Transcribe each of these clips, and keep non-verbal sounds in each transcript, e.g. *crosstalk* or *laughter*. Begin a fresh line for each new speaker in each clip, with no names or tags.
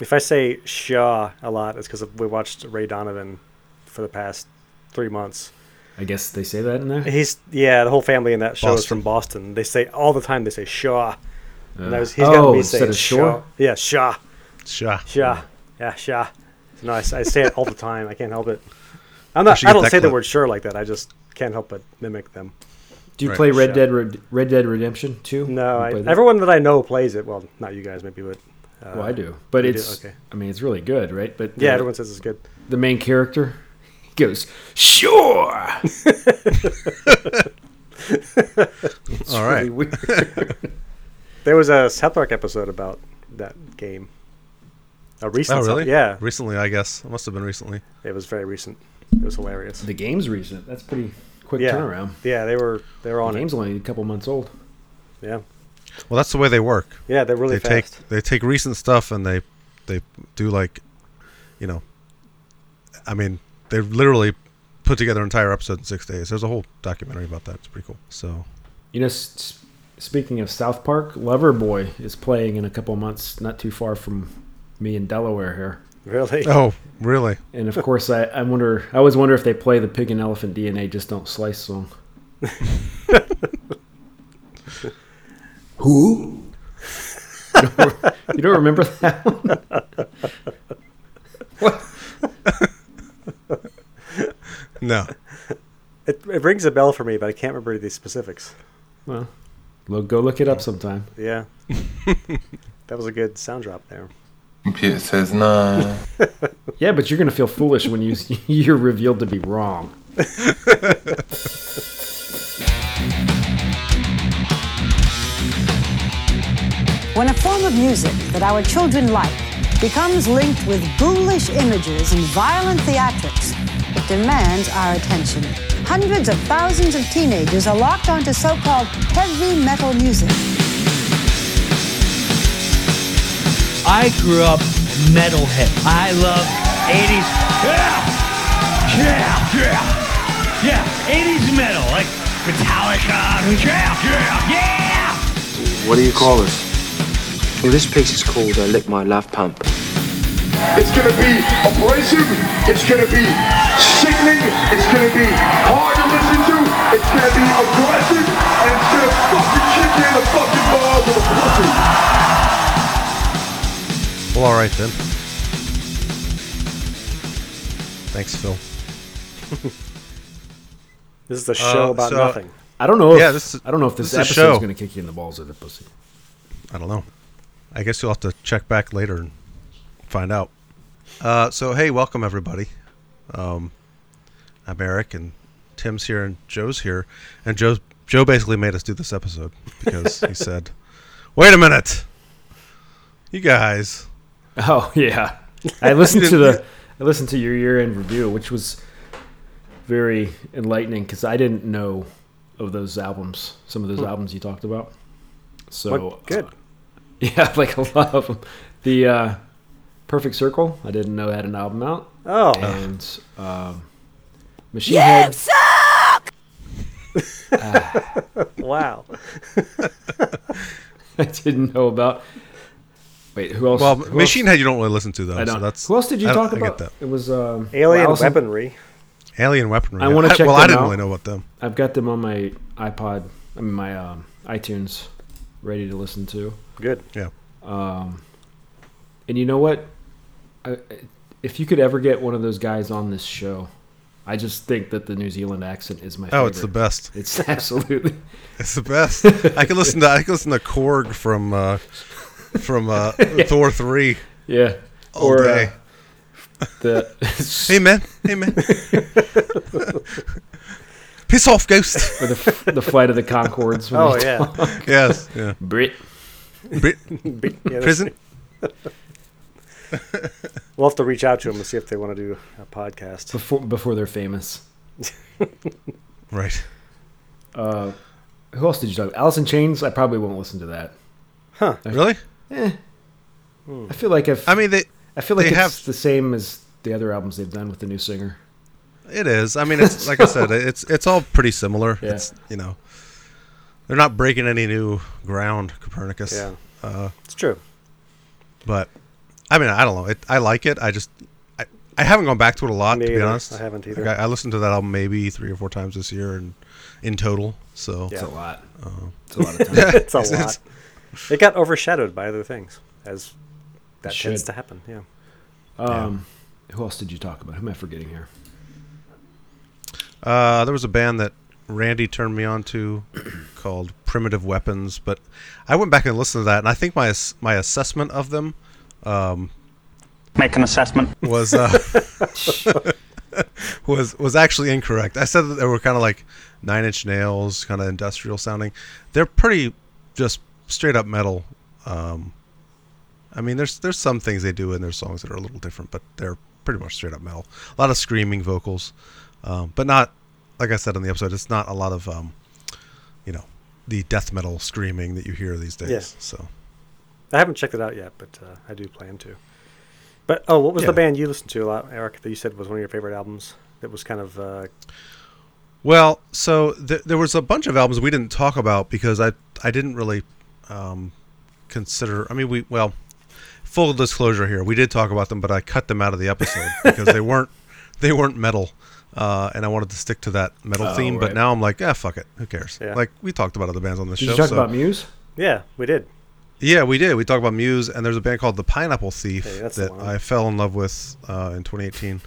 If I say Shaw a lot, it's because we watched Ray Donovan for the past three months.
I guess they say that in there.
He's yeah, the whole family in that show is from Boston. They say all the time. They say Shaw. And that was, he's got
Oh,
me
instead
saying
of Shaw?
Shaw. Yeah, Shaw,
Sure.
Shaw, yeah, Shaw. No, I, s- I say it all the time. I can't help it. I'm
We
not.
should
I
get
don't
that
say the
clip.
word "sure" like that. I just can't help but mimic them.
Do you
Right.
play Red
Yeah.
Dead Red, Red Dead Redemption 2?
No,
You
I,
play that?
everyone that I know plays it. Well, not you guys, maybe, but uh,
Well, Oh, I do, but
you do?
it's.
Okay.
I mean, it's really good, right? But
Yeah,
the-
everyone says it's good.
the main character he goes, "Sure."
All right.
Really weird.
*laughs*
There was a South Park episode about that game. A recent,
Oh,
South-
really?
yeah,
Recently, I guess. It must have been recently.
it was very recent. It was hilarious.
the game's recent. That's pretty quick
Yeah.
turnaround.
Yeah, they were they were
The
on it.
game's only a couple months old.
Yeah,
Well, that's the way they work.
yeah, they're really
they
fast.
take they take recent stuff and they they do like, you know, I mean, they literally put together an entire episode in six days. There's a whole documentary about that. It's pretty cool. So
You know, s- s- speaking of South Park, Loverboy is playing in a couple months, not too far from me in Delaware here.
Really?
oh really?
And of course, I, I wonder. I always wonder if they play the pig and elephant DNA just don't slice song. Who? you, don't, re- *laughs* you don't remember that one?
No.
It, it rings a bell for me, but I can't remember the specifics.
Well, lo- go look it up sometime.
*laughs*
Yeah, that was a good sound drop there.
Computer says no.
Yeah, but you're gonna feel foolish when you *laughs* s- you're revealed to be wrong.
When a form of music that our children like becomes linked with ghoulish images and violent theatrics, it demands our attention. Hundreds of thousands of teenagers are locked onto so called heavy metal music.
I grew up metalhead. I love 80s. Yeah! Yeah! Yeah! Yeah! 80s metal, like Metallica. Yeah! Yeah! Yeah!
What do you call this? Well, this piece is called I Lick My Love Pump.
It's gonna be abrasive. It's gonna be sickening. It's gonna be hard to listen to. It's gonna be aggressive, and it's gonna fucking kick you in the fucking balls with a pussy.
Well, all right then. Thanks, Phil.
This is a show
Uh,
about
so-
nothing.
I don't know.
Yeah,
if,
this is-
I don't know if this,
this is a
episode's
show.
gonna kick you in the balls of the pussy.
I don't know. I guess you'll have to check back later and find out. Uh, so hey, welcome everybody. Um, I'm Eric, and Tim's here, and Joe's here, and Joe Joe basically made us do this episode because
*laughs*
he said, "Wait a minute, you guys."
*laughs* Oh yeah,
*laughs*
I listened to the I listened to your year end review, which was very enlightening because I didn't know of those albums, some of those albums you talked about. So
Hmm. What- good.
uh, *laughs* yeah, like a lot of them. The uh, Perfect Circle, I didn't know had an album out,
Oh,
and um, Machine Head.
wow.
*laughs* I didn't know about. Wait, who else?
Well,
who else-
Machine Head you don't really listen to though.
I
So
don't.
that's
who else did you
I-
talk
I
about?
get that.
It was um,
Alien
Allison-
weaponry.
Alien Weaponry.
I wanna check
Well, I
them
didn't
out.
really know
*laughs*
about them.
I've got them on my iPod, I mean my um, iTunes, ready to listen to.
Good.
Yeah.
And you know what? I, if you could ever get one of those guys on this show, I just think that the New Zealand accent is my.
Oh, it's the best.
It's *laughs* absolutely.
It's
*laughs*
the best. I can listen to I can listen to Korg from uh, from
*laughs*
uh, Thor three.
Yeah.
All day.
Uh, the *laughs*
Hey man, hey man. *laughs* Piss off, ghost.
or the, the flight of the Concords. when
*laughs*
Oh
they-
yeah.
yes, yeah.
Brit.
Brit-
Be- yeah, that's-
prison.
We'll have to reach out to them and see if they want to do a podcast.
Before before they're famous.
Right.
Uh, who else did you talk? About? Alice in Chains. I probably won't listen to that.
Really?
I feel like if
I mean, they.
I feel like
they
it's
have-
the same as the other albums they've done with the new singer.
It is. I mean, it's like I said. It's it's all pretty similar.
Yeah.
It's you know, they're not Uh-huh. breaking any new ground, Copernicus.
Yeah, it's true.
But I mean, I don't know. It, I like it. I just, I, I haven't gone back to it a lot,
Me
to be
either.
honest.
I haven't
Like,
either.
I, I listened to that album maybe three or four times this year, and in total. So
Yeah.
It's a lot.
Oh.
It's a lot of time.
*laughs* it's a
It's-
lot.
it's-
It got overshadowed by other things, as that
It
tends
should.
to happen. Yeah.
Um, Who else did you talk about? Who am I forgetting here?
Uh, there was a band that Randy turned me on to called Primitive Weapons, but I went back and listened to that, and I think my ass- my assessment of them
Make an assessment.
was uh, *laughs* was was actually incorrect. I said that they were kind of like Nine Inch Nails, kind of industrial sounding. They're pretty just straight up metal. Um, I mean, there's there's some things they do in their songs that are a little different, but they're pretty much straight up metal. A lot of screaming vocals, um, but not like I said on the episode. It's not a lot of um, you know the death metal screaming that you hear these days.
Yes.
So
I haven't checked it out yet, but uh, I do plan to. But oh, what was
Yeah.
the band you listened to a lot, Eric? That you said was one of your favorite albums. That was kind of uh,
Well, so th- there was a bunch of albums we didn't talk about because I I didn't really um, consider. I mean, we well, full disclosure here, we did talk about them, but I cut them out of the *laughs* episode because they weren't they weren't metal, uh, and I wanted to stick to that metal
Oh,
theme. But
right.
now I'm like, ah, fuck it, who cares?
Yeah.
Like we talked about other bands on the
Did
show.
you talk
so-
about Muse?
yeah, we did.
yeah, we did. We talked about Muse, and there's a band called The Pineapple Thief
Hey, that's the
that
one.
I fell in love with uh, in *laughs* 2018.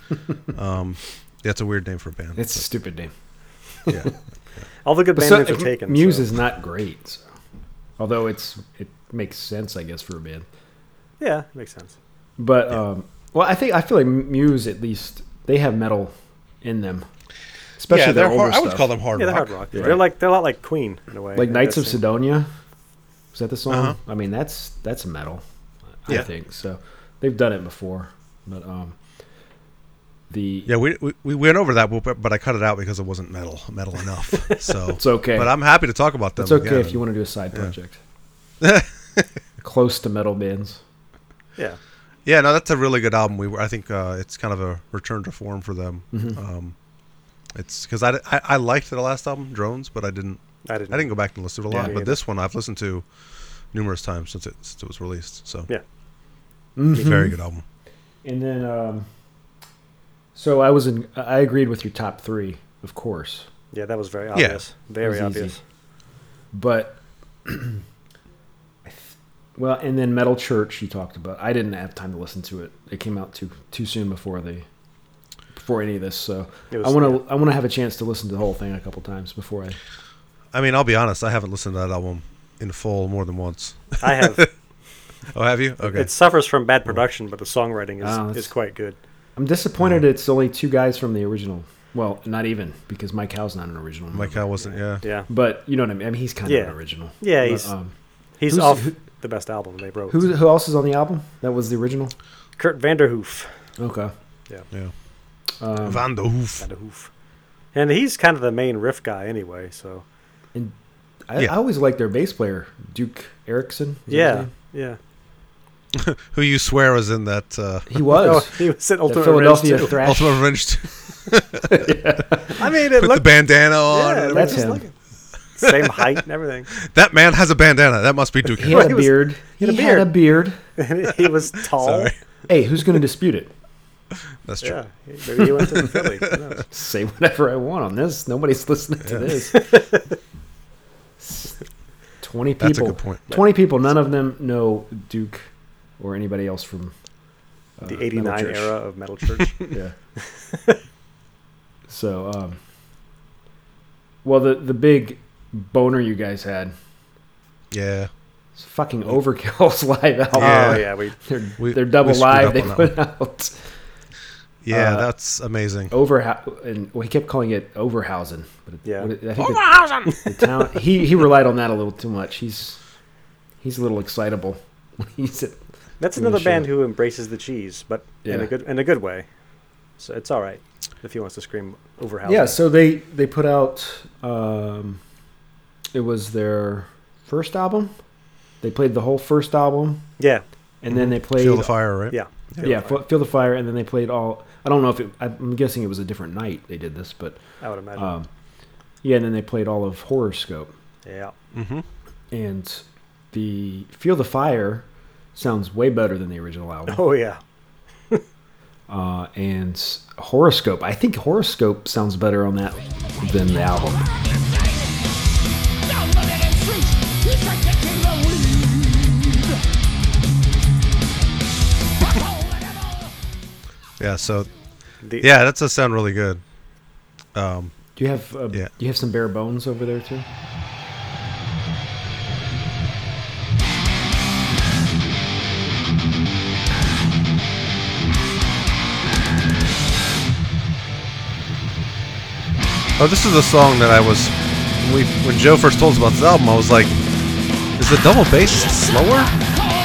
um, that's a weird name for a band.
It's a stupid name. *laughs*
but, yeah.
All the good band
So- uh,
names are taken.
Muse
so-
is not great, so. although it's it makes sense, I guess, for a band.
yeah, makes sense.
But um, well, I think I feel like Muse at least they have metal in them, especially
yeah,
their
they're
older
hard, I would
stuff.
call them hard
Yeah, they're
rock.
hard rock.
Yeah.
They're like they're a lot like Queen in a way.
like
I
Knights of
guess.
Sidonia. Was that the song?
Uh-huh.
I mean, that's that's metal. I
Yeah.
think so. They've done it before, but um, the
Yeah, we, we, we went over that, but but I cut it out because it wasn't metal metal
*laughs*
enough. So
It's okay.
But I'm happy to talk about them.
it's okay
again.
if you want to do a side project.
*laughs*
Close to metal bands.
Yeah,
Yeah, no, that's a really good album. We were, I think uh, it's kind of a return to form for them.
Mm-hmm.
Um, it's because I, I I liked the last album Drones, but I didn't
I didn't.
I didn't go back and listen to it a
Yeah,
lot.
me
but
either.
this one I've listened to numerous times since it since it was released. So
Yeah.
Mm-hmm.
very good album.
And then, um, so I was in. I agreed with your top three, of course,
Yeah, that was very obvious. Very
was easy.
obvious.
but *clears throat* I th- well, and then Metal Church you talked about. I didn't have time to listen to it. It came out too too soon before the before any of this. So
It
I
was-
want to I want to have a chance to listen to the whole thing a couple times before I.
I mean, I'll be honest, I haven't listened to that album in full more than once.
I
*laughs*
have.
Oh, have you? Okay.
It suffers from bad production, but the songwriting is,
Oh, that's-
is quite good.
I'm disappointed it's only two guys from the original. Well, not even because Mike Howe's not an original.
Mike
member.
Howe wasn't. Yeah.
Yeah,
But you know what I mean. I mean, he's kind of
Yeah.
an original.
Yeah,
But,
he's-
um,
he's
Who's-
off
who-
the best album they wrote.
who who else is on the album? That was the original.
Kurt Vanderhoof.
Okay.
Yeah.
Um,
Van de Hoof.
Vanderhoof, and he's kind of the main riff guy anyway. So
And I,
Yeah.
I always liked their bass player, Duke Erickson. is that his
yeah,
name?
yeah.
Who you swear was in that uh,
he was.
Oh, he was at Ultimate Revenge
Philadelphia
too.
Thrash.
Ultimate
*laughs*
Revenge 2.
I mean, it
put the
looked
bandana on.
yeah, it
That's
looked just
him.
like it. *laughs* same height and everything.
That man has a bandana. That must be Duke.
He
*laughs*
had
He
a
was-
beard. He,
had a
had a beard.
And he
*laughs*
was tall.
Sorry.
Hey, who's going to dispute it? *laughs*
That's true.
Yeah, he- maybe he went to Philly. Who
*laughs*
knows?
Say whatever I want on this. Nobody's listening to
*laughs*
this. S- Twenty people.
That's a good point.
Twenty people. None of them know Duke or anybody else
*laughs*
from uh,
The
Metal
'89
Church.
era of Metal Church.
Yeah. so, um, well, the the big boner you guys had
Yeah.
It's fucking Overkill's *laughs* live album.
Yeah.
Oh yeah, we
They're,
We-
they're double
we screwed
live.
up
They
on that
put out
Yeah,
Uh,
that's amazing.
over and well, he kept calling it Overhausen. But it,
Yeah.
what it- I think Overhausen. The, the town, he he relied on that a little too much. He's he's a little excitable. he's a,
That's
Give it a
another band
shot.
who embraces the cheese, but in
Yeah.
a good in a good way. So it's all right if he wants to scream over how.
yeah. So they they put out um, it was their first album. They played the whole first album,
yeah,
and then they played
Mm-hmm. Feel the fire, right?
yeah.
yeah, Fe- Feel the Fire, and then they played all. I don't know if it, I'm guessing it was a different night they did this, but
I would imagine.
um, yeah, and then they played all of Horoscope
Mm-hmm.
yeah,
and the Feel the Fire sounds way better than the original album.
*laughs*
Oh yeah.
Uh, and Horoscope, I think Horoscope sounds better on that than the album.
Yeah. So
The,
yeah, that does sound really good. Um,
Do you have uh,
Yeah.
do you have some bare bones over there too?
oh, this is a song that I was when we when Joe first told us about this album. I was like, is the double bass slower?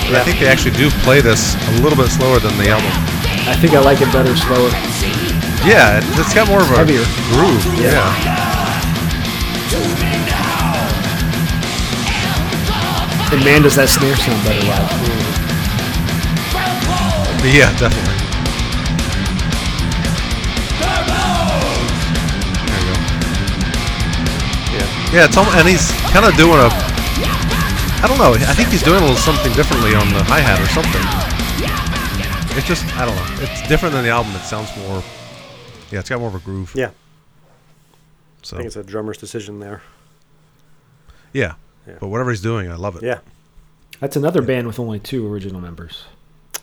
But I think they actually do play this a little bit slower than the album.
I think I like it better slower.
Yeah, it- it's got more of a
Heavier.
groove. Yeah.
And man, does that snare sound better live?
yeah, definitely. There you go. Yeah, yeah. It's almost, and he's kind of doing a. I don't know. I think he's doing a little something differently on the hi hat or something. It's just I don't know. It's different than the album. It sounds more. Yeah, it's got more of a groove.
yeah. I
So
think it's a drummer's decision there.
yeah.
Yeah.
But whatever he's doing, I love it.
Yeah.
That's another band with only two original members.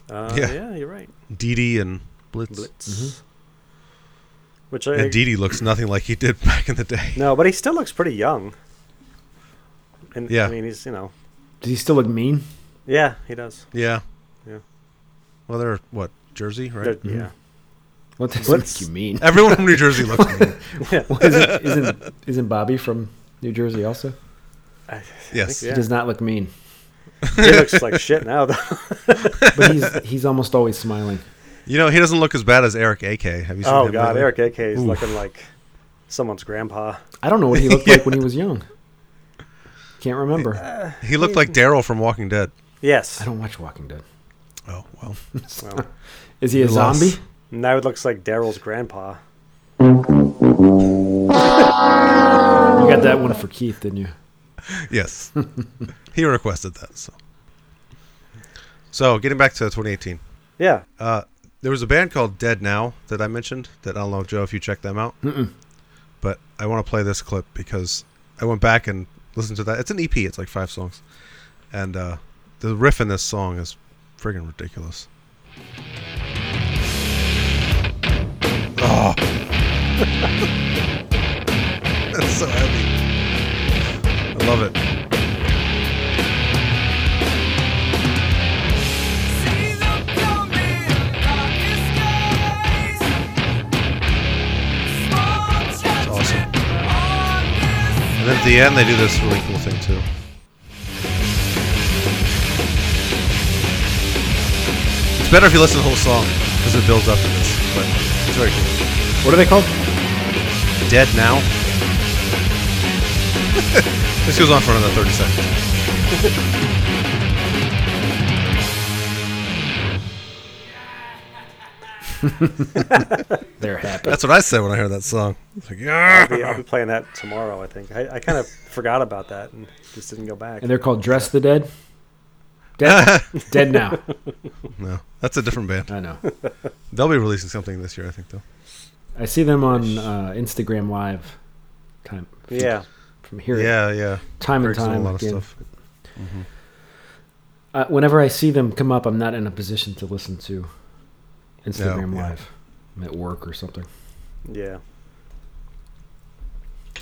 Uh,
Yeah.
yeah. You're right.
Dee Dee and Blitz.
Blitz. Which I
And Dee Dee looks nothing like he did *laughs* back in the day.
no, but he still looks pretty young. And
Yeah.
I mean, he's you know,
Does he still look mean?
yeah, he does.
Yeah.
Yeah.
Well, they're what Jersey, right? Mm-hmm.
They're- Yeah.
What does
What's-
you *laughs* mean?
Everyone from
*laughs*
New Jersey looks. like them.
isn't, isn't isn't Bobby from New Jersey also?
I *laughs*
Yes.
think,
He does not look *laughs* mean,
yeah. he looks like shit now
*laughs*
though.
but he's he's almost always smiling.
You know, he doesn't look as bad as Eric AK. Have you seen
Oh
him?
god,
lately?
Eric AK is looking like someone's grandpa.
I don't know what he looked like when he was young. Can't remember.
He looked like Daryl from Walking Dead.
Yes.
I don't watch Walking Dead.
Oh well.
Well,
Is he a
Your loss.
zombie?
now it looks like Daryl's grandpa.
You got that one for Keith, didn't you?
Yes. *laughs* he requested that. So. So getting back to 2018,
Yeah.
uh, there was a band called Dead Now that I mentioned. That I don't know, Joe, if you checked them out. Mm-mm. But I want to play this clip because I went back and listened to that. It's an EP. It's like five songs, and uh, the riff in this song is friggin' ridiculous. Oh. *laughs* That's so heavy. I love it. It's awesome. And then at the end, they do this really cool thing too. It's better if you listen to the whole song because it builds up to this, but it's very cool.
What are they called?
Dead now. *laughs* this goes on for another 30 seconds.
They're happy.
That's what I said when I heard that song. It's like, "Yeah."
Yeah, I'll be playing that tomorrow, I think. I, I kind of *laughs* forgot about that and just didn't go back.
And they're called Dress the Dead. *laughs* Dead, dead now.
*laughs* No, that's a different band.
I know.
They'll be releasing something this year, I think, though.
I see them on uh, Instagram Live. Time.
yeah.
From here.
Yeah, yeah.
Time and
Eric's done
time
a lot of
again.
stuff.
Uh, whenever I see them come up, I'm not in a position to listen to Instagram
No, yeah.
Live. I'm at work or something.
Yeah.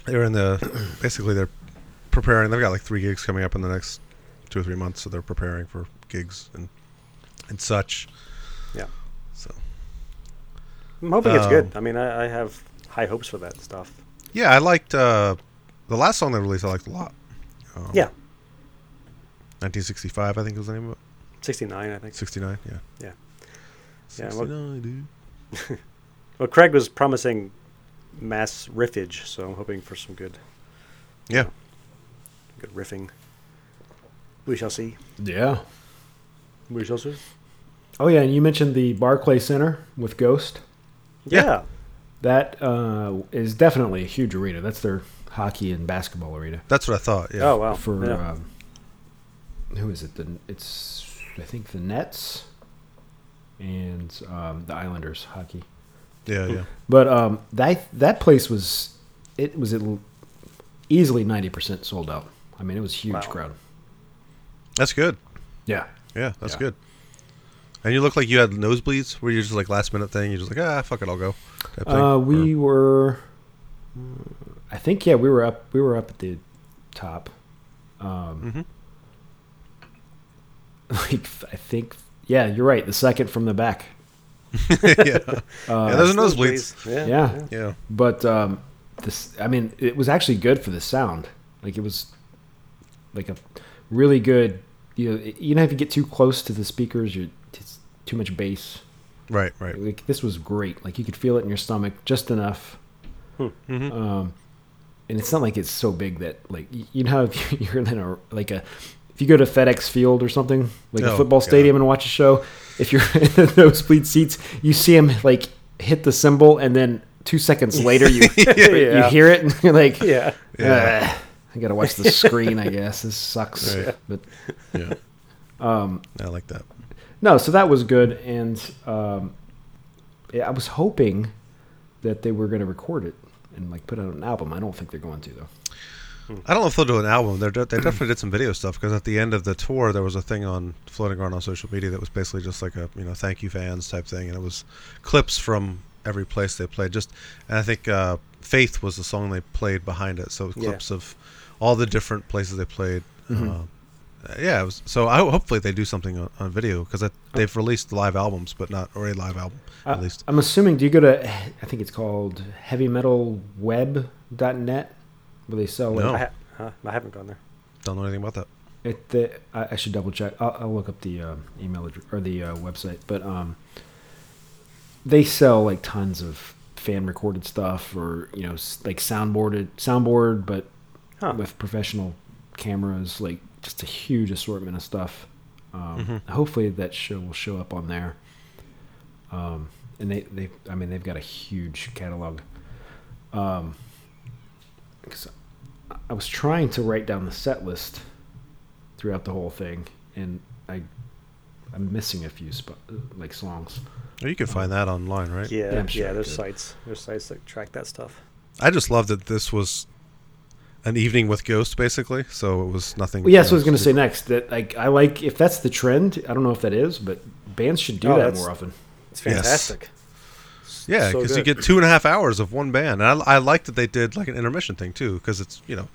they're in the *clears throat* basically they're preparing they've got like three gigs coming up in the next two or three months so they're preparing for gigs and and such
Yeah.
so
I'm hoping it's good.
Um,
I mean, I, I have high hopes for that stuff.
yeah i liked uh the last song they released i liked a lot um,
Yeah.
1965 i think was the name of it
69, I think.
69 yeah
Yeah. Yeah, well-
69 dude
Well, Craig was promising mass riffage, so I'm hoping for some good
yeah
good riffing. We shall see.
Yeah.
We shall see.
Oh yeah, and you mentioned the Barclay Center with Ghost.
Yeah.
That uh, is definitely a huge arena. That's their hockey and basketball arena.
uh,
um,
that's what i thought yeah
Oh, wow.
For
Yeah.
um, who is it? The, it's I think the Nets and um, the Islanders hockey.
Yeah, yeah.
But um, that that place was it was at l- easily ninety percent sold out. I mean, it was a huge
Wow.
crowd.
That's good.
Yeah,
Yeah, that's
Yeah.
good. And you look like you had nosebleeds where you're just like last minute thing. You're just like, ah, fuck it, I'll go. type thing.
uh,
Or-
we were. mm, I think yeah, we were up. We were up at the top. Um,
Mm-hmm.
*laughs* Like f- I think yeah, you're right. The second from the back.
yeah.
uh,
yeah, those are nosebleeds.
Yeah.
Yeah,
Yeah.
but um, this I mean, it was actually good for the sound. Like it was like a really good. You know, you don't have to get too close to the speakers. You it's too much bass.
Right, right.
Like this was great. Like you could feel it in your stomach just enough.
Hmm. Mm-hmm.
Um, and it's not like it's so big that like y- you know *laughs* how if you're in a like a if you go to FedEx Field or something like
Oh,
a football
God.
stadium and watch a show, if you're *laughs* in the nosebleed seats, you see him like hit the cymbal and then two
*laughs*
seconds later you
Yeah.
*laughs* you hear it and you're like
Yeah.
*laughs* Yeah.
"Ugh, I gotta watch the screen. I guess this sucks.
Right.
But
Yeah. um, I like that.
no, so that was good, and um, yeah, I was hoping that they were going to record it and like put out an album. I don't think they're going to though.
I don't know if they'll do an album. They're, de- they definitely did some video stuff because at the end of the tour, there was a thing on floating around on social media that was basically just like a you know thank you fans type thing, and it was clips from every place they played. Just and I think uh, Faith was the song they played behind it, so it was
Yeah.
clips of all the different places they played. Uh, yeah, it was, so I hopefully they do something on, on video because they've released live albums, but not or a live album at
I-
least.
I'm assuming. Do you go to? I think it's called HeavyMetalWeb.net, where they sell. like,
No.
I, ha- huh, I haven't gone there.
Don't know anything about that.
It, the, I, I should double check. I'll, I'll look up the um email address, or the uh, website, but um, they sell like tons of fan recorded stuff, or you know, s- like soundboarded soundboard, but
Huh.
with professional cameras, like just a huge assortment of stuff. Um, Hopefully, that show will show up on there. Um, and they, they, I mean, they've got a huge catalog. Um, 'cause I- I was trying to write down the set list throughout the whole thing, and I, I'm missing a few sp- like songs.
Oh, you can find that online, right?
Yeah.
Yeah,
Yeah.
I'm sure I
there's
could.
sites. There's sites that track that stuff.
I just love that this was an evening with Ghost, basically. So it was nothing.
Well, yeah, so I was going to say next that like I like if that's the trend. I don't know if that is, but bands should do
Oh,
that
that's-
more often.
It's
Yes.
fantastic.
Yeah,
so
because you
good.
get two and a half hours of one band, and I, I like that they did like an intermission thing too, because it's you know,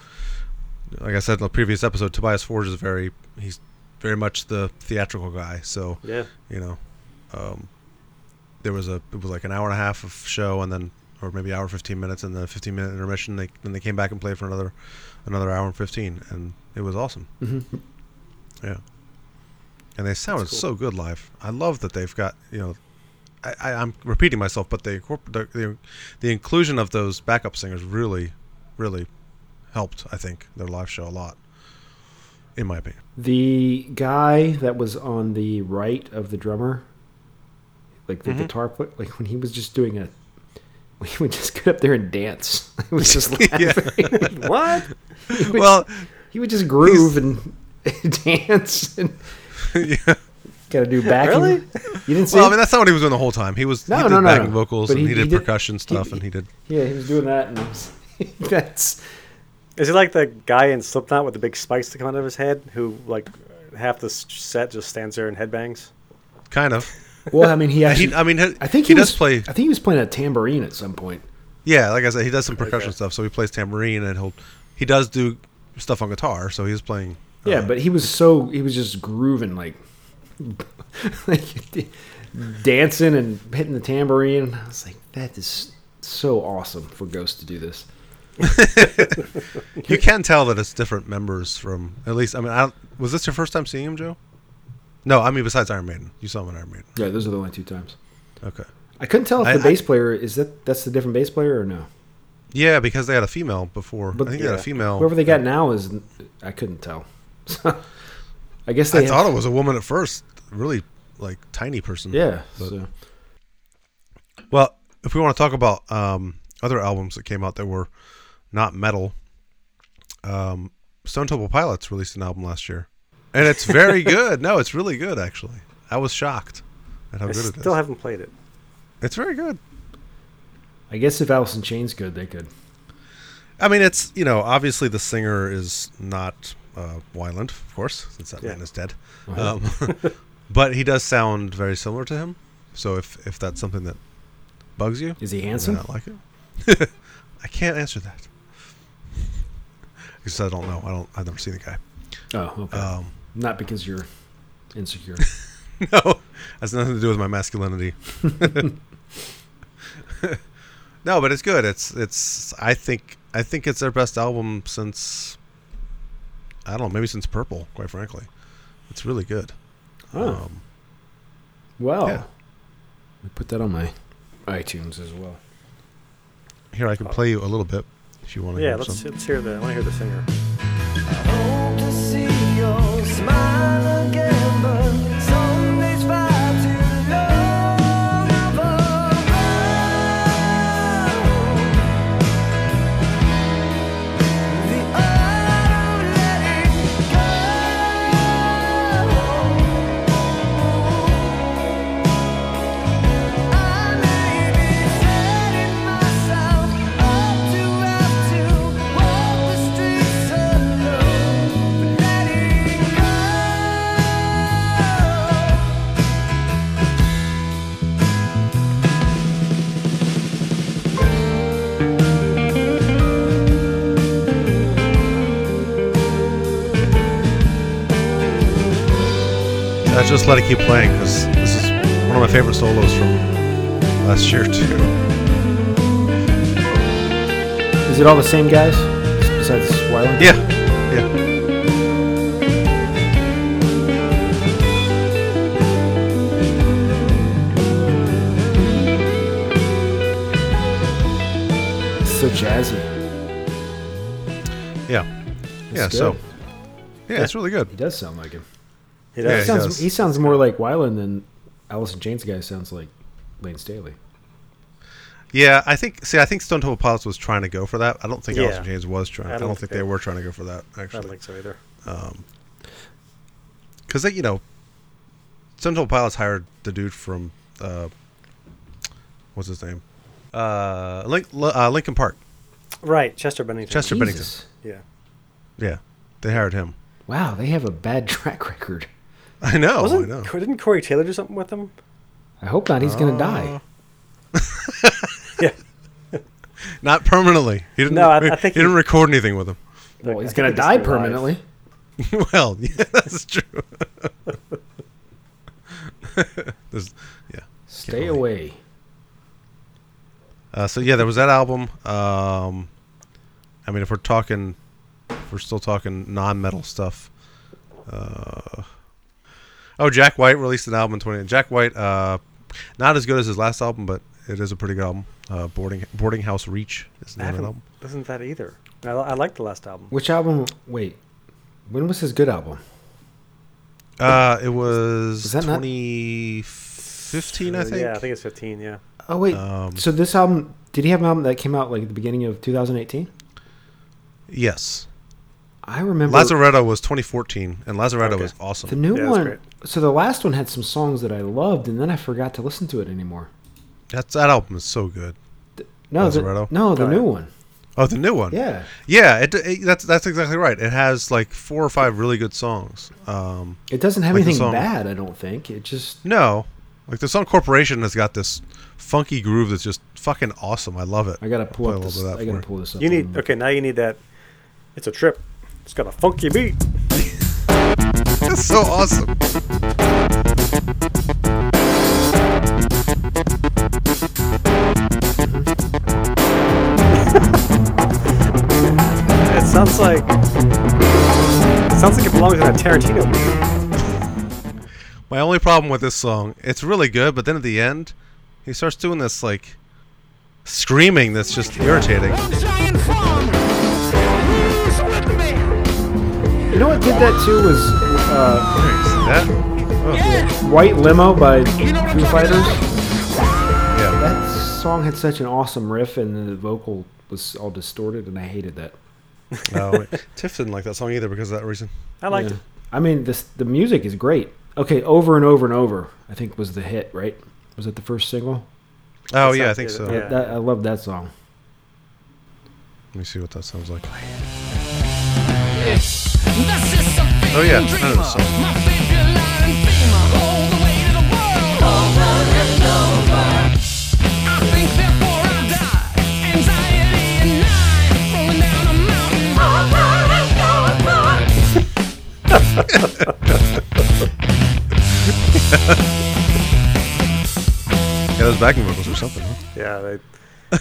like I said in the previous episode, Tobias Forge is very he's very much the theatrical guy. So
Yeah.
you know, um, there was a it was like an hour and a half of show, and then or maybe hour fifteen minutes, and then a fifteen minute intermission. They then they came back and played for another another hour and fifteen, and it was awesome.
Mhm.
Yeah, and they sounded
cool.
so good live. I love that they've got you know. I, I, I'm repeating myself, but they incorpor- the, the the inclusion of those backup singers really, really helped. I think their live show a lot, in my opinion.
The guy that was on the right of the drummer, like the guitar player, like when he was just doing a, *laughs* he would just get up there and dance. *laughs* It was just
Yeah.
laughing. *laughs*
What?
He would-
Well, *laughs*
he would just groove and *laughs* dance and
yeah.
gotta do backing.
Really?
You didn't see?
Well, I
him?
mean, that's not what he was doing the whole time. He was
No,
he did
no, no,
backing
no.
vocals
But
and he,
he-
did
he did-
percussion stuff and he did.
yeah, he was doing that, and it was, *laughs* that's
Is he like the guy in Slipknot with the big spikes that come out of his head, who like half the s- set just stands there and headbangs?
Kind of.
well. I mean, he actually.
He, I mean, he,
I think
he,
he,
does
was,
play. Uh-huh.
I think he was playing a tambourine at some point.
Yeah, like I said, he does some percussion
Okay.
stuff. So he plays tambourine and he'll he does do stuff on guitar. So he's playing.
Yeah,
uh,
but he was so he was just grooving like, *laughs* like d- dancing and hitting the tambourine. I was like, that is so awesome for Ghost to do this.
you can tell that it's different members from at least. I mean, I, don't- was this your first time seeing him, Joe? No, I mean besides Iron Maiden, you saw him in Iron Maiden.
Yeah, those are the only two times.
Okay.
I couldn't tell if
I-
the
I-
bass player is that that's the different bass player or no.
Yeah, because they had a female before.
But
I think they had a
yeah,
female.
Whoever they got now is I couldn't tell. *laughs* So I guess they
I
have-
thought it was a woman at first. Really, like tiny person.
yeah.
but-
so.
Well, if we want to talk about um, other albums that came out that were not metal, um, Stone Temple Pilots released an album last year. and
*laughs*
it's very good. No, it's really good actually. I was shocked at how
I
good it
still
is.
haven't played it.
it's very good.
I guess if Alice in Chains good, they could.
I mean, it's you know obviously the singer is not uh, Wyland, of course, since that
Yeah.
man is dead. Um,
*laughs*
but he does sound very similar to him. So if if that's something that bugs you,
Is he
you may
handsome?
not like it. *laughs* I can't answer that because I don't know. I don't. I've never seen the guy.
Oh, okay.
Um,
*laughs*
Not because you're *laughs* insecure.
no, has nothing to do with my masculinity. *laughs* no, but it's good. It's it's. I think I think it's their best album since. I don't know, maybe since Purple. Quite frankly, it's really good.
Oh.
Huh.
Um,
Wow.
Yeah.
We put that on my iTunes as well.
here, I can play you a little bit if you want to.
Yeah,
hear
let's
some.
let's hear the. I want to hear the singer.
I Uh, just let it keep playing because this is one of my favorite solos from last year too.
Is it all the same guys besides Wyland?
Yeah, yeah.
It's so jazzy.
Yeah.
It's
Yeah,
good.
so Yeah, it's really good.
he does sound like him.
He
Yeah,
He
does.
sounds,
does.
he sounds more like Wyland than Alice in Chains guy sounds like Lane Staley.
Yeah, I think. See, I think Stone Temple Pilots was trying to go for that. I don't think Alice
Yeah.
in Chains was trying. I don't, think they were trying to go for that
I don't
actually,
think so either.
because they, you know, Stone Temple Pilots hired the dude from, uh, what's his name, uh, Link, uh, Lincoln Park.
Right, Chester Bennington.
Chester Bennington.
Jesus.
Yeah.
Yeah, they hired him. *laughs*
Wow, they have a bad *laughs* track record.
I know. Oh, I
Wasn't
know.
Co- didn't Corey Taylor do something with him?
I hope not. He's
Uh,
going to die.
Yeah.
Not permanently. He didn't.
No, I- I think
he didn't
he-
record anything with him. *laughs*
Well, he's
I think he
going to
just
die
survived.
permanently.
well, *laughs* yeah, that's true. There's- yeah.
Stay away.
Uh, so yeah, there was that album. Um, I mean, if we're talking, if we're still talking non-metal stuff. Uh, oh, Jack White released an album in twenty. Jack White, uh, not as good as his last album, but it is a pretty good album. Uh, boarding Boarding House Reach is the
I haven't
name of the album.
listened to that either. I, I like the last album.
Which album? Wait. When was his good album?
Uh, it was,
Was that not- Uh,
twenty fifteen, I think.
Yeah, I think it's 15, yeah.
Oh wait.
Um,
so this album, did he have an album that came out like at the beginning of 2018?
Yes,
I remember
Lazaretto was twenty fourteen, and Lazaretto
Okay.
was awesome.
the new
Yeah, that's
one.
great.
So the last one had some songs that I loved, and then I forgot to listen to it anymore.
That's that album is so good.
No, the,
Lazaretto?
no, the
Oh,
new
yeah.
one.
Oh, the new one.
Yeah,
Yeah, it, it, that's that's exactly right. It has like four or five really good songs. Um,
it doesn't have
Like the
anything
song.
bad. I don't think it just.
no, like the song Corporation has got this funky groove that's just fucking awesome. I love it.
I gotta pull
Play a
up
little
this.
bit of that
I gotta
for
pull this up.
You
on
need,
my-
okay, now you need that. It's a trip. It's got a funky beat.
*laughs* That's so awesome.
It sounds like. It sounds like it belongs in that Tarantino movie.
My only problem with this song, it's really good, but then at the end, he starts doing this like screaming that's just irritating.
You know what did that too was uh,
That, oh,
White Limo by Foo Fighters.
yeah.
That song had such an awesome riff, and then the vocal was all distorted, and I hated that. *laughs*
No, wait. Tiff didn't like that song either because of that reason.
I liked
Yeah.
it.
I mean, this the music is great. Okay, over and over and over. I think was the hit. Right? Was it the first single?
Oh
That
yeah, I
sounds
think
good.
so.
Yeah.
That- that- I love that song.
Let me see what that sounds like.
Oh
yeah, I know the song. Yeah, those backing vocals or something. Huh?
Yeah, they,
*laughs*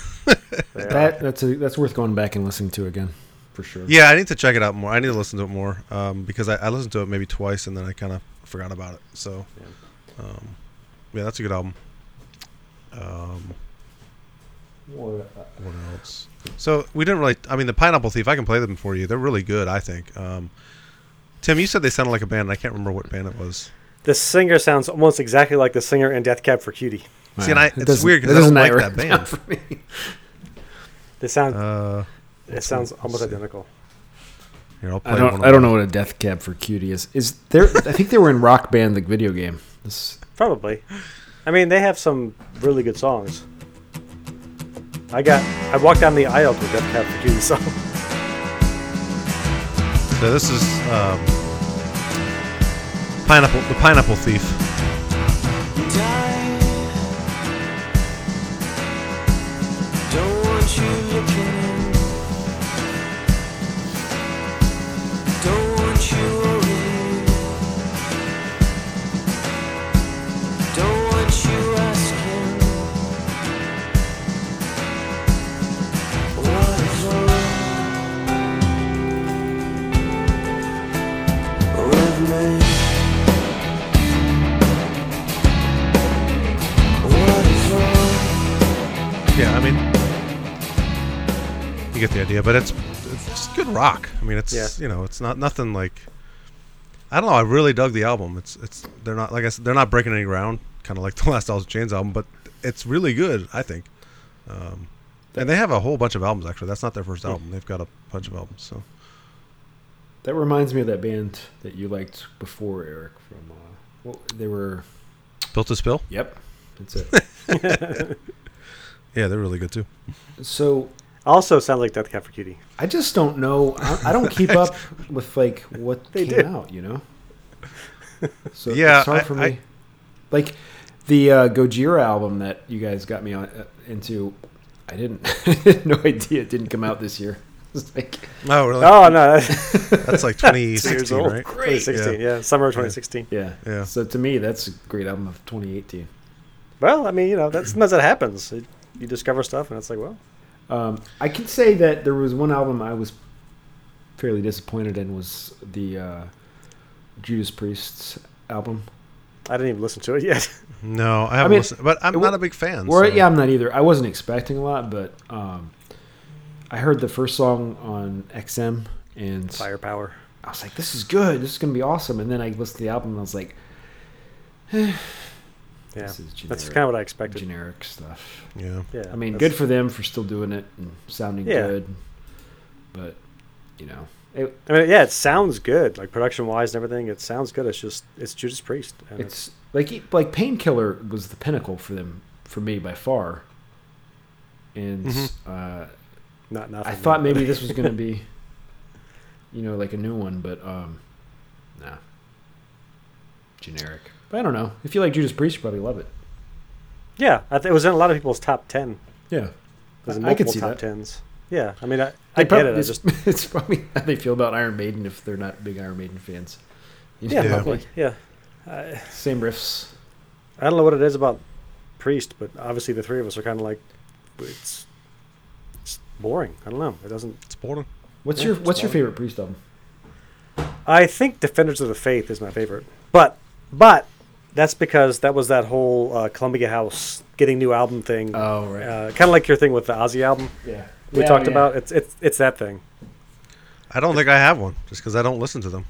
they are.
That that's a, that's worth going back and listening to again, for sure.
Yeah, I need to check it out more. I need to listen to it more um, because I, I listened to it maybe twice and then I kind of forgot about it. So, um, yeah, that's a good album. Um, what else? So we didn't really. I mean, the Pineapple Thief. I can play them for you. They're really good. I think. Um, Tim, you said they sounded like a band. and I can't remember what band it was.
The singer sounds almost exactly like the singer in Death Cab for Cutie.
See, and I,
It
it's
doesn't-
weird
it
because I don't
doesn't
like
matter.
that band.
*laughs*
They sound
Uh,
it sounds
let's
almost
see.
identical.
here, I'll play
I
one
don't
of
I don't
them.
know what a death cab for cutie is. Is there? I think they were in Rock Band, the video game. This,
Probably. I mean, they have some really good songs. I got I walked down the aisle to Death Cab for *laughs* Cutie song.
So this is um, pineapple. The Pineapple Thief. Yeah, I mean, you get the idea, but it's it's just good rock. I mean, it's
Yeah.
you know, it's not nothing like. I don't know. I really dug the album. It's it's they're not like I said, they're not breaking any ground, kind of like *laughs* the last Alice in Chains album, but it's really good. I think. Um, and they have a whole bunch of albums actually. That's not their
Hmm.
first album. They've got a bunch of albums. So
that reminds me of that band that you liked before, Eric. From uh, what they were.
Built to Spill.
Yep, that's it.
*laughs* Yeah, they're really good too.
so
Also sounds like Death Cab for Cutie.
I just don't know. I, I don't keep up with like what
They
came
do.
out, you know. So
Yeah,
it's hard
I-
for me.
I-
like the uh, Gojira album that you guys got me on uh, into. I didn't *laughs* had no idea it didn't come out this year. *laughs* It's like
*laughs*
Oh, really?
Oh no, that's
That's like
two *laughs*
2016,
years old.
right?
2016, yeah. summer of 2016.
yeah,
Yeah.
So to me, that's a great album of 2018.
Well, I mean, you know, that's sometimes that happens. It, you discover stuff, and it's like, well,
Um, I can say that there was one album I was fairly disappointed in was the uh, Judas Priest's album.
I didn't even listen to it yet.
No, I haven't
mean,
listened, but I'm
it wa-
not a big fan.
Well,
so-
yeah, I'm not either. I wasn't expecting a lot, but um, I heard the first song on XM, and
Firepower.
I was like, "This is good. This is gonna be awesome." And then I listened to the album, and I was like, *sighs*
Yeah,
This is
that's
generic.
kind of what I expected.
"Generic stuff."
yeah.
Yeah,
I mean,
that's-
good for them for still doing it and sounding
Yeah.
good, but you know, it,
I mean, yeah, it sounds good, like production wise and everything. It sounds good. It's just it's Judas Priest. And it's,
it's like e- like Painkiller was the pinnacle for them for me by far, and
Mm-hmm.
uh,
not nothing.
I thought maybe this
*laughs*
was gonna be, you know, like a new one, but um, nah, generic. But I don't know. If you like Judas Priest, you probably love it.
yeah, I th- it was in a lot of people's top ten.
Yeah,
It was in
I- I could
multiple
see
top
that.
tens. Yeah, I mean, I,
They
I get
prob-
it. I
It's,
just
*laughs* it's probably how they feel about Iron Maiden if they're not big Iron Maiden fans. You
yeah,
know,
Yeah.
probably,
like,
yeah.
same riffs.
I don't know what it is about Priest, but obviously the three of us are kind of like it's, it's boring. I don't know. It doesn't.
It's boring.
What's
Yeah,
your
it's
What's your
fine.
favorite Priest album?
I think Defenders of the Faith is my favorite, but but that's because that was that whole uh, Columbia House getting new album thing.
Oh right,
Uh, kind of like your thing with the Ozzy album
yeah.
we
Yeah,
talked
yeah.
about. It's it's it's that thing.
I don't think I have one, just because I don't listen to them.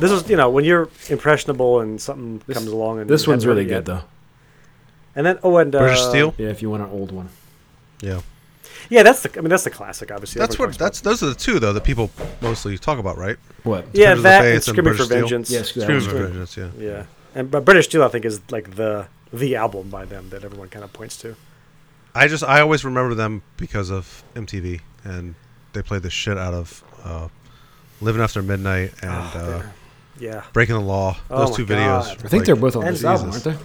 This is you know when you're impressionable and something comes along and
This
you
one's
haven't
really
heard it
good
yet.
though.
And then oh and uh,
British Steel.
Yeah, if you want an old one.
Yeah.
Yeah, that's the. I mean, that's the classic. Obviously,
That's
everyone
what. That's those are the two though that people mostly talk about, right?
What?
Yeah,
Defenders of the
that
Faith
and Screaming
British
for
Steel.
Vengeance. Yeah, Screaming
Screaming
for
for
Vengeance.
Vengeance. Yeah.
talks. Yeah, and but British Steel, I think, is like the the album by them that everyone kind of points to.
I just I always remember them because of MTV and they played the shit out of uh, Living After Midnight and uh,
yeah.
Breaking the Law.
Oh
Those
my
two videos.
God.
I think they're both on this album,
Jesus.
aren't they?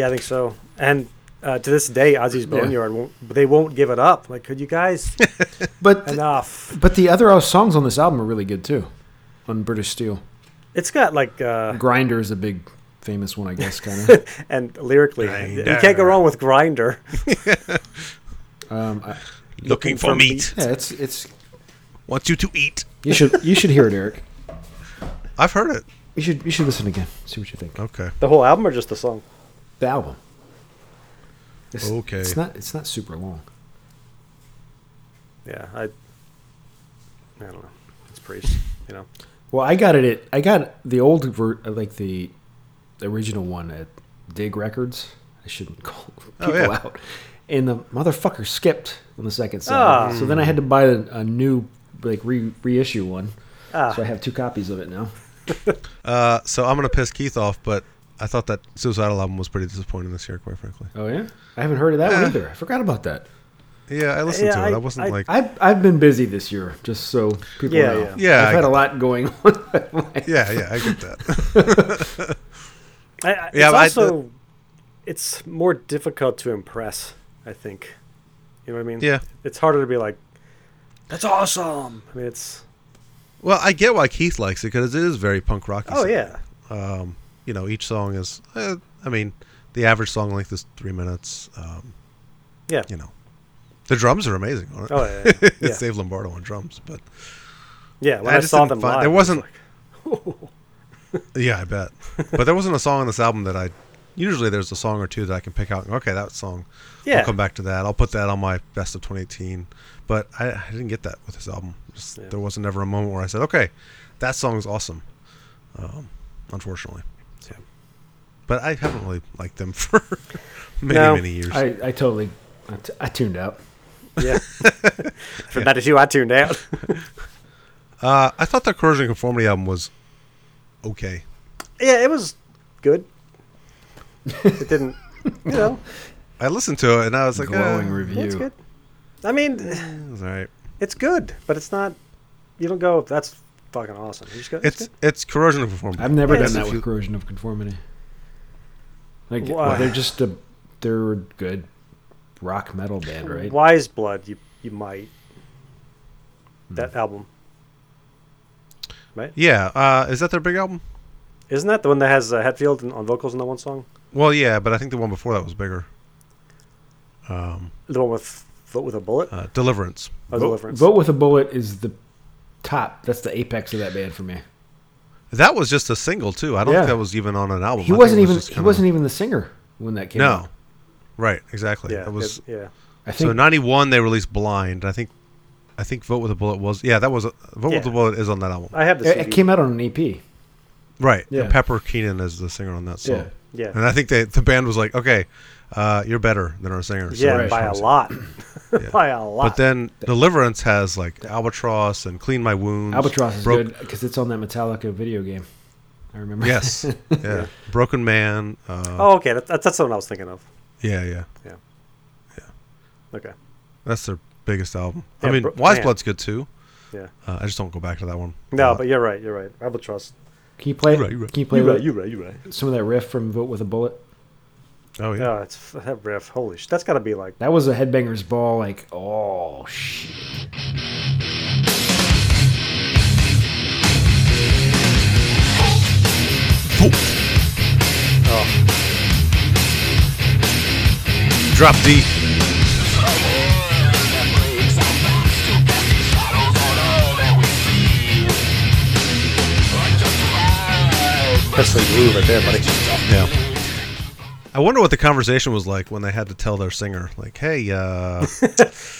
Yeah, I think so. And uh, to this day, Ozzy's
Yeah.
Boneyard won't. They won't give it up. Like, could you *laughs* guys?
But
enough.
But the other songs on this album are really good too. On British Steel,
It's got like uh,
Grinder is a big famous one, I guess. Kind *laughs* of.
and lyrically, you can't go
Grinder.
wrong with Grinder.
um, I-
Looking for meat.
Yeah, it's it's.
Wants you to eat.
You should you should hear it, Eric.
I've heard it.
You should you should listen again. See what you think.
Okay.
the whole album or just the song?
The album. It's,
Okay.
It's not it's not super long.
Yeah, I. I don't know. It's Priest. You know.
Well, I got it at I got the old ver- like the original one at Dig Records. I shouldn't *laughs* call
Oh,
people
yeah.
out. And the motherfucker skipped on the second
Ah.
side. So then I had to buy a, a new like re- reissue one.
Ah.
So I have two copies of it now.
Uh, so I'm gonna piss Keith off, but I thought that Suicidal album was pretty disappointing this year, quite frankly.
Oh yeah. I haven't heard of that one
Yeah.
either. I forgot about that.
Yeah, I listened
Yeah,
to it. I,
I-
wasn't
I-
like,
I I've been busy this year, just so people
Yeah,
know.
yeah.
Yeah,
I've
I
had
get
a lot going *laughs* on.
yeah, yeah, I get that. *laughs*
I, I,
Yeah, but I-
it's also it's more difficult to impress. I think, you know what I mean.
Yeah.
it's harder to be like, "That's awesome." I mean, it's
Well, I get why Keith likes it because it is very punk rocky.
oh yeah,
Um, you know, each song is. Uh, I mean, the average song length is three minutes. Um,
yeah,
you know, the drums are amazing on it.
Oh, yeah,
*laughs*
yeah, yeah.
it's Dave Lombardo on drums, but
yeah. When I, saw them
find-
live,
There
I was
wasn't. yeah,
*laughs*
I bet. But there wasn't a song on this album that I. Usually, there's a song or two that I can pick out. and go, Okay, that song.
Yeah.
I'll come back to that. I'll put that on my best of 2018. But I, I didn't get that with this album. Just,
Yeah.
There wasn't ever a moment where I said, "Okay, that song is awesome." Um, unfortunately, so. But I haven't really liked them *laughs* for many
No.
many years.
I, I totally I, t- I tuned out.
yeah. For that is you, I tuned
*laughs*
out.
Uh, I thought the Corrosion Conformity album was okay.
yeah, it was good. It didn't,
*laughs*
you know,
I listened to it and I was like,
Glowing
"Uh,
review.
it's good. I mean,
It was all right.
it's good, but it's not. You don't go. That's fucking awesome. You just go. It's,
It's it's Corrosion of Conformity.
I've never
Yeah,
done
so
that
if
with
you-
corrosion of conformity. Like
Why?
they're just a they're a good rock metal band,
good.
right?
Wise Blood. You you might that
Hmm.
album. Right?
Yeah, uh, is that their big album?
Isn't that the one that has uh, Hetfield in- on vocals in that one song?
Well, yeah, but I think the one before that was bigger. Um,
The one with Vote with a Bullet?
uh, Deliverance.
Oh, Deliverance.
Vote with a bullet is the top. That's the apex of that band for me.
That was just a single too. I don't
Yeah.
think that was even on an album.
He
I think
wasn't
it was
even
just
he
kinda-
wasn't even the singer when that came out.
No, right, exactly.
yeah,
that was
it- yeah.
I think
so ninety one. They released Blind. I think, I think Vote with a Bullet was yeah. That was a, Vote
Yeah.
with a Bullet is on that album.
I have the
it,
CD.
it came out on an E EP.
Right. and
Yeah.
Pepper Keenan is the singer on that song.
Yeah.
Yeah.
And I think they the band was like, okay, uh, you're better than our singer. so
yeah,
we're just
by
gonna
a
sing."
lot. *laughs* by a lot.
But then Deliverance has like Albatross and Clean My Wounds.
Albatross is
Broke-
good because it's on that Metallica video game. I remember. *laughs*
Yes. Yeah. Broken Man. Uh,
oh, okay. That, that's, that's the one I was thinking of.
Yeah, yeah.
Okay.
That's their biggest album.
Yeah,
I mean,
Bro-
Wise
Man.
Blood's good too.
Yeah.
Uh, I just don't go back to that one. Uh, a
No,
lot.
but you're right. You're right. Albatross.
Can you play?
You're right, you're right.
Can you play
You're right. You're right.
some of that riff from Vote with a Bullet?
oh yeah.
Oh, it's that riff. Holy shit. That's got to be like.
That was a headbanger's ball. Like oh shit.
Oh.
Drop D.
That's the groove right there, buddy.
Yeah. I wonder what the conversation was like when they had to tell their singer, like,
*laughs*
"Hey, uh,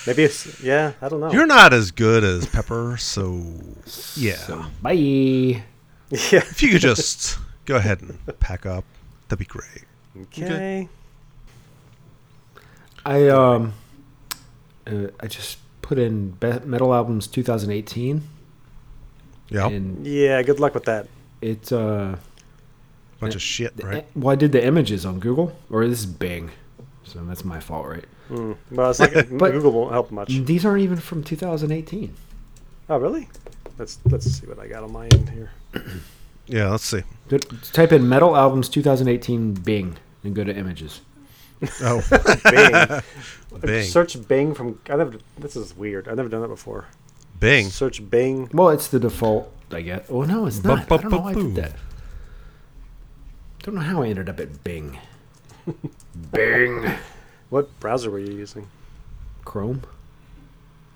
Maybe it's. Yeah, I don't know.
you're not as good as Pepper, so yeah,
Bye.
yeah.
if you could just go ahead and pack up, that'd be great."
Okay.
I um Uh, I just put in be- metal albums 2018.
Yeah.
And
Yeah, good luck with that.
it uh, eh,
Bunch of shit, right?
well, I did the images on Google or this is Bing, so that's my fault, right?
Mm. Well, it's not,
But- Mm.
Google won't help much.
These aren't even from 2018.
Oh, really? Let's let's see what I got on my end here.
Yeah, let's see.
Go- Type in metal albums 2018 Bing and go to images.
Oh,
Bing.
Bing.
Search Bing from. I never. This is weird. I've never done that before.
Bing.
Search Bing.
Well, it's the default, I guess. Oh no, it's not. I don't know why I
Ba-ba-ba-boom.
did that. Don't know how I ended up at Bing. Bing.
What browser were you using?
Chrome.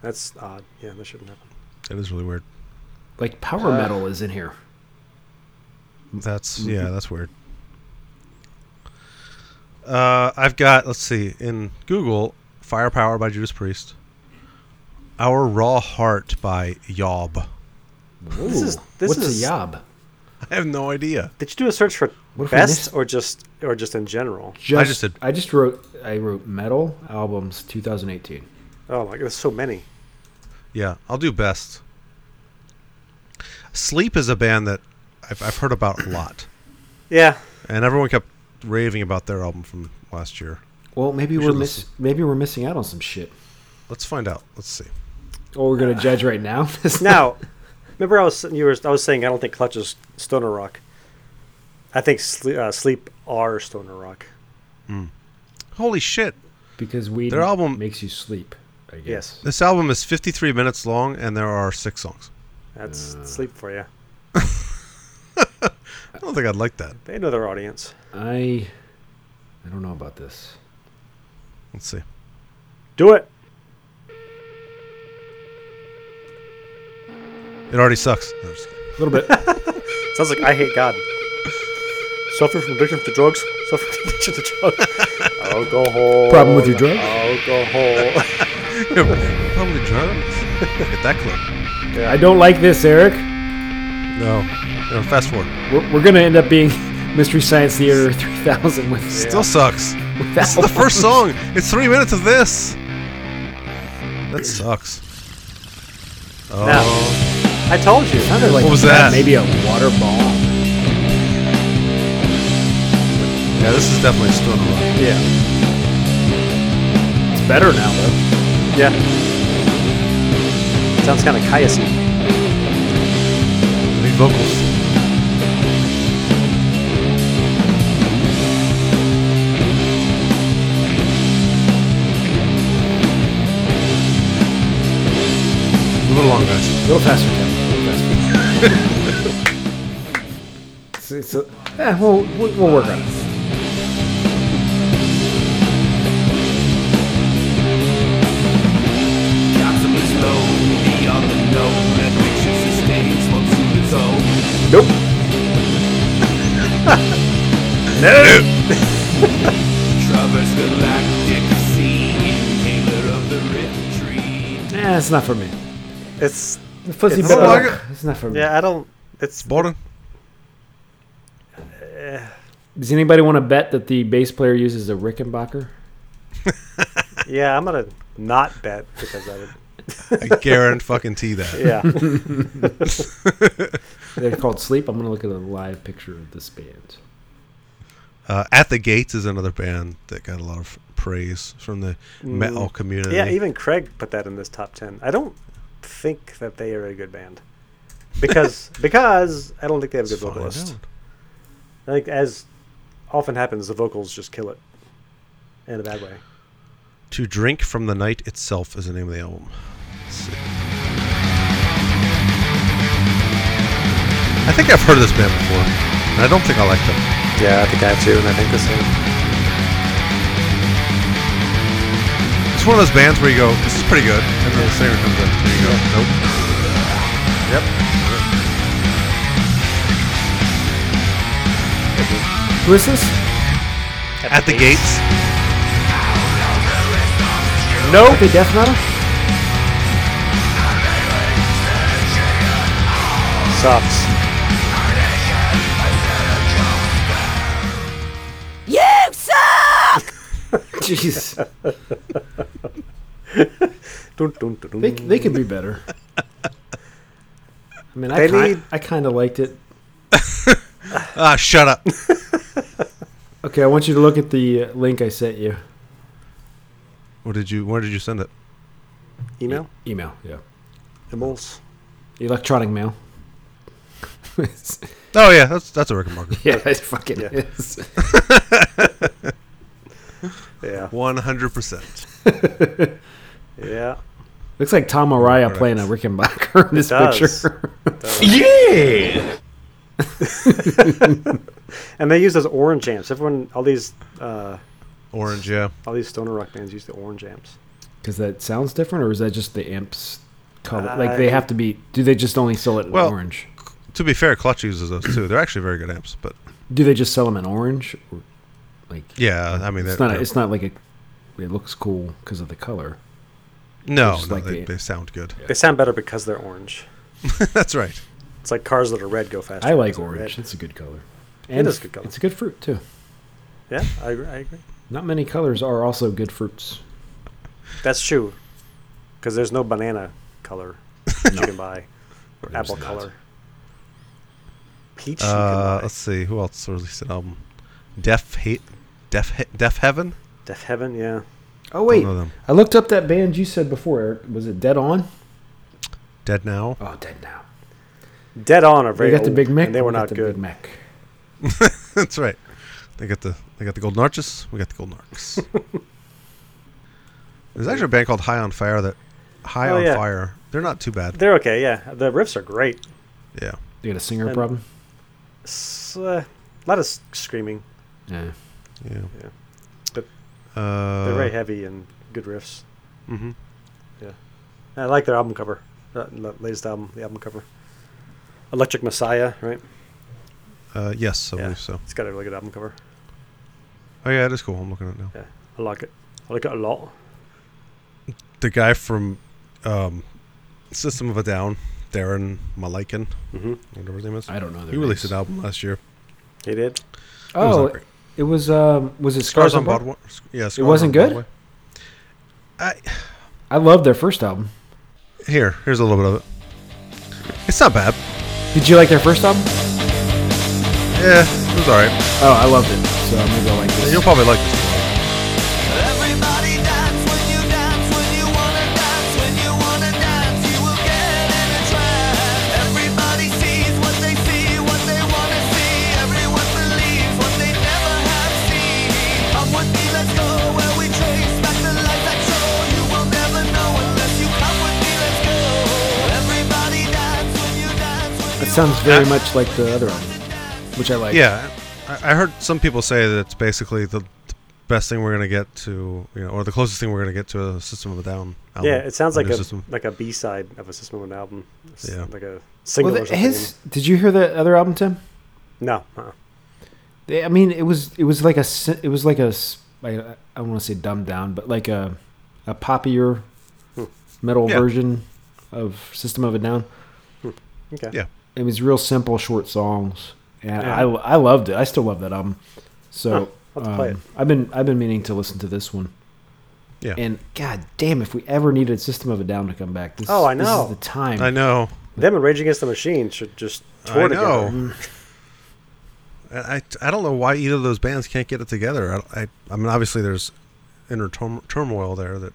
That's odd. Yeah, that shouldn't happen.
That is really weird.
Like power metal is in here.
That's yeah, that's weird. Uh, I've got let's see in Google Firepower by Judas Priest, Our Raw Heart by Yob. *laughs*
This is this
What's
is.
a yob?
I have no idea.
Did you do a search for
What if we
best
missed-
or just or just in general?
Just,
just did-
I just wrote. I wrote metal albums 2018.
Oh my god, there's so many.
Yeah, I'll do best. Sleep is a band that I've, I've heard about a lot,
Yeah,
and everyone kept raving about their album from last year.
Well, maybe
We
we are
should
miss,
listen.
maybe we're missing out on some shit.
Let's find out. Let's see.
Oh, we're gonna judge right now.
Now, remember I was you were I was saying I don't think Clutch is stoner rock. I think sleep, uh, sleep are stoner rock.
Holy shit!
*laughs* because weed
Their album-
makes you sleep. I guess.
Yes.
This album is 53 minutes long, and there are six songs.
That's
Uh.
sleep for you.
I don't think I'd like that.
They know their audience.
I. I don't know about this.
Let's see.
Do it.
It already sucks. No, I'm just
A
kidding.
little bit. *laughs*
Sounds like I hate God. Suffer from addiction to drugs. Suffer from addiction to drugs. *laughs* Alcohol.
Problem with your drug?
Alcohol.
*laughs* Probably drums. Get that clip.
I don't like this, Eric.
No. No, fast forward.
We're, we're gonna end up being *laughs* Mystery Science Theater *laughs* 3000 with
Still sucks.
that
*laughs* This is the first song. It's three minutes of this. That sucks. Oh,
I told you.
Sounded like
What was that?
Maybe a water ball.
yeah, this is definitely still rock.
Yeah. It's better now though.
Yeah. Sounds kind of Caius-y.
Lead vocals. Move it along, guys.
A little faster, Kevin. A little faster.
*laughs*
it's, *laughs* it's a, eh, we'll, we'll, we'll work on it. Nope. Eh, it's not for me.
It's
The fuzzy
It's-
ball.
Oh, I
it's not for me.
yeah. I don't. It's
Bolden?
Does anybody want to bet that the bass player uses a Rickenbacker?
yeah. I'm gonna not bet because I would. *laughs*
I guarantee fucking tee that.
Yeah.
They're called Sleep. I'm going to look at a live picture of this band.
Uh, At the Gates is another band that got a lot of praise from the metal community.
Yeah, even Craig put that in this top ten. I don't think that they are a good band *laughs* because because I don't think they have a good
Find
vocalist.
out.
I think as often happens, the vocals just kill it in a bad way.
To Drink from the Night Itself is the name of the album. Let's see. I think I've heard of this band before, and I don't think I like them.
Yeah, I think I have too, and I think the same.
It's one of those bands where you go, this is pretty good, and then the singer comes in, and you go, nope. Yep.
Who is this?
At, the Gates.
No. The death
*laughs*
metal?
Softs.
Jeez.
Dun, dun, dun, dun.
They, they could
*laughs*
be better. I mean, I
They
kind,
need-
I kind of liked it.
Ah, shut up. *laughs*
Okay, I want you to look at the uh, link I sent you.
What did you? Where did you send it?
email
Email, yeah,
Immol's.
electronic mail.
Oh yeah, that's that's a record
*laughs*
marker.
*laughs* yeah, it fucking
Yeah.
is.
Yeah,
One hundred percent.
*laughs*
yeah.
Looks like Tom Araya
Correct.
playing a Rickenbacker in this
does.
picture. *laughs*
Yeah.
*laughs* And they use those orange amps. Everyone, all these, uh,
Orange, yeah.
all these stoner rock bands use the orange amps.
Because that sounds different, or is that just the amps color? like
I-
they have to be. Do they just only sell it in
Well-
orange?
To be fair, Clutch uses those too. They're actually very good amps, but
Do they just sell them in orange? Or, like
yeah, I mean,
it's
they're-
not.
they're-
it's not like a. It looks cool because of the color.
no,
just
no,
like
they,
the-
they sound good.
They sound better because they're orange.
*laughs* that's right.
It's like cars that are red go faster.
I like
because they're
orange. It's a good color.
It is a good color.
It's a good fruit too.
red. Yeah, I agree. I agree.
Not many colors are also good fruits.
That's true. Because there's no banana
*laughs*
color that you can buy, or apple
not.
color. Peach.
Uh,
you can
let's see who else released an album. Deaf hate, deaf, He- deaf heaven.
buy. Death Heaven, yeah.
Oh wait,
know them.
I looked up that band you said before. Eric. Was it Dead On?
Dead now.
Oh, Dead Now.
Dead On are
They
very
got the
old,
Big Mac.
and they were
we got
not
the
good.
Big Mac.
*laughs* That's right. They got the they got the golden arches. We got the golden
*laughs*
arcs. There's actually a band called High on Fire that High
Oh,
on
yeah.
Fire. They're not too bad.
They're okay, yeah. The riffs are great.
Yeah.
They got a singer
And-
problem.
S- uh, a lot of s- screaming.
Yeah.
Yeah.
Yeah. But
uh,
They're very heavy and good riffs.
mhm.
Yeah. And I like their album cover. The the latest album, the album cover. Electric Messiah, right?
Uh, yes, I
Yeah.
believe so.
It's got a really good album cover.
Oh yeah, it is cool. I'm looking at it now.
Yeah. I like it. I like it a lot.
The guy from um, System of a Down, Darren Malikin,
Mhm.
whatever his name is.
I don't know.
He released an album last year.
He did.
was
Oh,
not great.
it was. Um, was it
Scars on
Broadway?
Broadway. Yeah, Scars
wasn't
on
good?
Broadway. I,
I loved their first album.
here, here's a little bit of it. It's not bad.
Did you like their first album?
Yeah, it was alright.
Oh, I loved it. So maybe I'll like this.
You'll probably like this.
Everybody dance when you dance, when you wanna dance, when you wanna dance, you will get in a trance. Everybody sees what they see, what they wanna see. Everyone believes what they never have seen. Come with me, let's go where we trace back the light that show. You will never know unless you come with me, let's go. Everybody dance when you dance, when
It sounds very much like the other album, which I like.
Yeah, I, I heard some people say that it's basically the, the best thing we're gonna get to, you know, or the closest thing we're gonna get to a System of a Down. Album,
Yeah, it sounds like
new
a
system.
like a B side of a System of an album. It's
Yeah.
Like a
Well,
single or
the,
something.
his. Did you hear that other album, Tim?
no. Uh-uh.
They, I mean, it was it was like a s- it was like a s- I, I don't want to say dumbed down, but like a a poppier
Hmm.
metal
Yeah.
version of System of a Down.
Hmm. Okay.
Yeah.
It was real simple, short songs, and
Yeah.
I I loved it. I still love that album. So
I'll have to play
um,
it.
I've been I've been meaning to listen to this one.
Yeah.
And god damn, if we ever needed System of a Down to come back, this
Oh, I
this
know.
is the time.
I know.
Them and Rage Against the Machine should just tour
I
together.
know. I, I, I don't know why either of those bands can't get it together. I, I, I mean, obviously there's inner turm- turmoil there that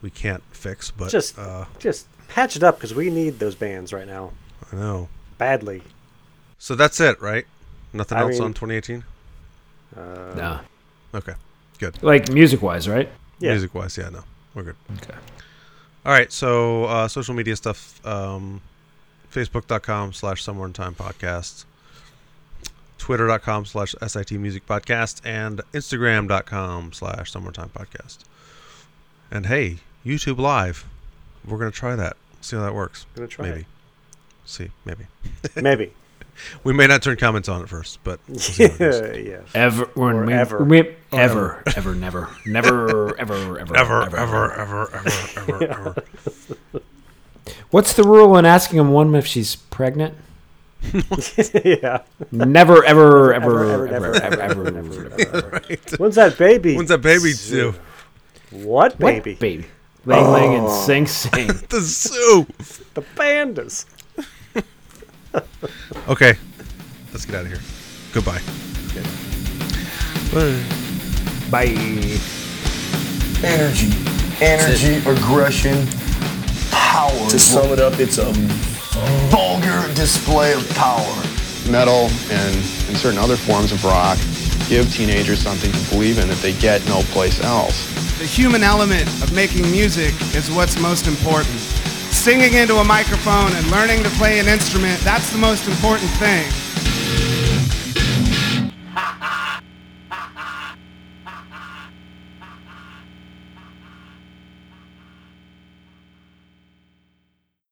we can't fix, but
Just
uh,
just patch it up because we need those bands right now
I know. *laughs*
badly.
So that's it, right? Nothing
I
else
mean-
on 2018.
Nah.
Okay, good.
Like music wise, right?
Yeah.
Music wise, yeah, no, we're good.
Okay.
All right, so uh, social media stuff um, Facebook.com slash Somewhere in Time Podcast, Twitter.com slash SIT Music Podcast, and Instagram.com slash Somewhere in Time Podcast. And hey, YouTube Live, we're going to try that. See how that works.
Gonna try
maybe.
it.
See, maybe.
Maybe.
We may not turn comments on at first, but we'll see
*laughs*
how it goes.
yeah. yeah.
Ever when we,
ever.
we- ever ever never never ever ever
ever, ever, ever, ever, *laughs* ever, ever.
What's the rule on asking a woman if she's pregnant?
yeah.
Never ever ever
ever,
ever
never,
ever ever ever
*laughs*
ever.
When's that baby?
When's that baby due?
What
What
baby?
baby? Lang Lang and
Oh.
Sing Sing.
the zoo.
the pandas.
Okay, let's get out of here. Goodbye.
Bye.
Energy. Energy, aggression, power.
To sum
it up, it's a vulgar display of power.
Metal and, and certain other forms of rock give teenagers something to believe in that they get no place else.
The human element of making music is what's most important. Singing into a microphone and learning to play an instrument, that's the most important thing.